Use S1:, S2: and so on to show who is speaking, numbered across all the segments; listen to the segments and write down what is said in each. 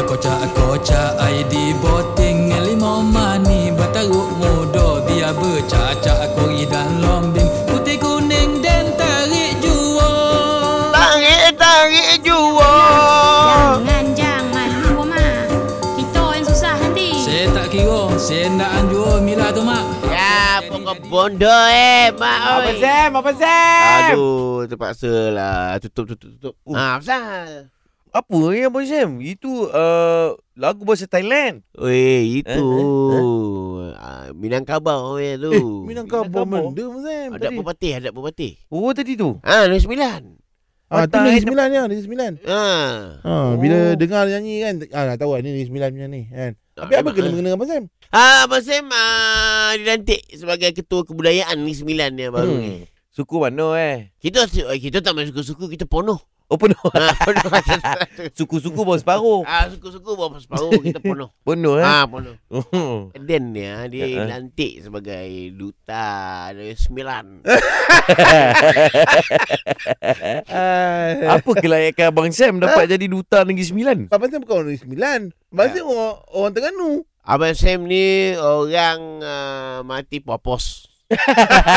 S1: Kocak kocak air di boting Limau mani bertaruk muda Biar bercacak kori dan lombing Putih kuning dan tarik jua
S2: Tarik, tarik jua.
S3: Jangan, jangan. Hang mah. Kita yang susah nanti.
S1: Saya tak kira Saya nak anjur Mila tu mak
S2: Ya, pokok eh, mak
S4: Apa
S2: oi.
S4: Sam? Apa Sam?
S2: Aduh, terpaksa lah. Tutup, tutup, tutup.
S5: Oh.
S2: Ah, pasal.
S5: Apa yang Abang Sam? Itu uh, lagu bahasa Thailand.
S2: Weh, itu.
S5: Eh,
S2: Ah, Minangkabau eh tu.
S5: Minangkabau benda Abang Sam
S2: Ada
S5: tadi.
S2: pepatih, ada pepatih.
S5: Oh tadi tu.
S2: Ah, nombor sembilan.
S6: Ah, tu
S5: Patah,
S6: Negeri
S5: eh,
S6: Sembilan ya, Negeri Sembilan.
S2: Ah.
S6: Ha, oh. bila dengar dia nyanyi kan, ah dah tahu lah, ni Negeri Sembilan punya ni kan. Tapi apa
S2: lah.
S6: kena mengena apa Sam?
S2: Ah, Abang Sam ah, dilantik sebagai ketua kebudayaan Negeri Sembilan yang baru
S5: Hmm.
S2: ni.
S5: Suku mana eh?
S2: Kita kita tak main suku-suku, kita ponoh.
S5: Oh penuh.
S2: Ah, ponoh.
S5: Suku-suku bawa separuh.
S2: ah, suku-suku bawa separuh kita ponoh.
S5: Penuh eh.
S2: ah, ponoh. Dan ni ah, dia
S5: Eh, eh.
S2: dilantik sebagai duta dari sembilan.
S5: Apa kelayakan Abang Sam dapat jadi duta Negeri Sembilan?
S6: Ah, Abang Sam bukan orang Negeri Sembilan. Abang
S2: Ya.
S6: Sam orang, orang Terengganu.
S2: Abang Sam ni orang ah, mati popos.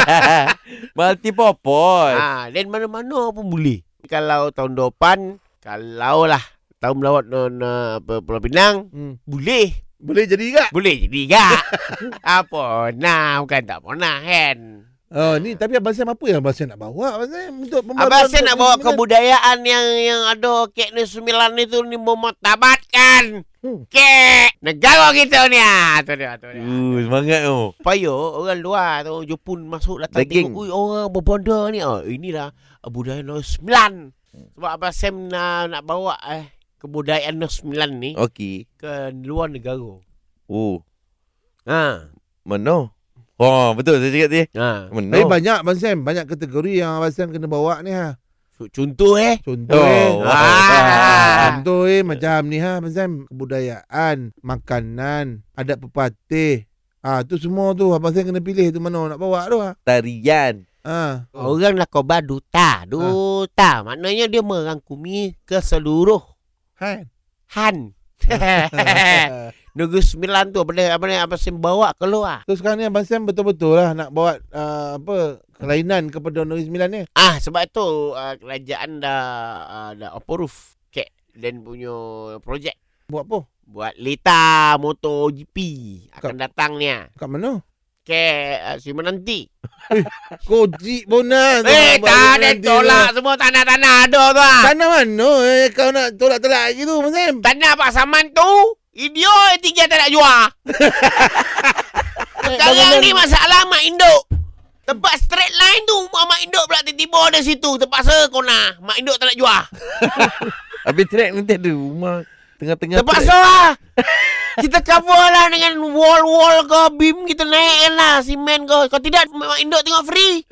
S5: Multi purpose.
S2: Ah, dan mana-mana pun boleh. Kalau tahun depan, kalau lah tahun melawat non uh, Pulau Pinang,
S6: Hmm.
S2: boleh.
S6: Boleh jadi tak?
S2: Boleh jadi gak? Apa nah bukan tak pernah kan.
S6: Oh, ni tapi Abang Sam apa yang Abang Sam nak bawa? Abang Sam untuk pembaruan
S2: Abang saya
S6: untuk
S2: nak bawa
S6: Negeri Sembilan.
S2: kebudayaan yang yang ada kek ni sembilan itu ni memartabat kan.
S6: Hmm.
S2: Kek negara kita ni ah. Tu dia tu dia.
S5: Uh, semangat tu.
S2: Supaya orang luar tu orang Jepun masuk datang
S5: Daging.
S2: tengok ui orang berbonda ni. Oh inilah budaya no sembilan. Sebab Abang Sam nak, nak bawa eh kebudayaan no sembilan ni
S5: Okey.
S2: ke luar negara.
S5: Oh,
S2: Ha.
S5: mana? Oh, betul saya cakap tadi.
S2: Ha.
S5: Mana?
S6: Tapi banyak Abang Sam, banyak kategori yang Abang Sam kena bawa ni ha.
S2: Contoh eh.
S6: Contoh eh.
S5: Oh, wah.
S2: Ah.
S6: Contoh eh macam ni ha macam kebudayaan, makanan, adat pepatih. Ah tu semua tu abang saya kena pilih tu mana nak bawa tu ha.
S5: Tarian.
S6: Ah.
S2: Orang Lakoba duta. Duta. Maknanya dia merangkumi ke seluruh
S6: Kan.
S2: Han. Negeri Sembilan tu apa dia apa dia apa sim bawa keluar.
S6: So sekarang ni abang Sam betul-betul lah nak bawa ah, apa kelainan kepada Negeri Sembilan ni.
S2: Ah sebab tu uh, kerajaan dah uh, dah approve kek dan punya projek
S6: Buat apa?
S2: buat Lita MotoGP akan
S6: Kak.
S2: datangnya.
S6: Kat mana?
S2: Kek uh, si menanti.
S6: Koji bonus.
S2: Eh
S6: Abang
S2: tak ada
S6: Sam nanti
S2: tolak semua tanah-tanah ada tu ah.
S6: tu. Tanah mana eh, kau nak tolak-tolak lagi tu abang Sam?
S2: Tanah pasaman tu Idio yang tiga tak nak jual Sekarang ni masalah Mak Indok Tempat straight line tu Mak Mak Indok pula tiba-tiba ada situ Terpaksa kau nak Mak Indok tak nak jual
S5: Habis track nanti ada rumah tengah-tengah
S2: Terpaksa lah Kita cover lah dengan wall-wall ke Beam kita naikkan lah Simen ke Kalau tidak Mak Indok tengok free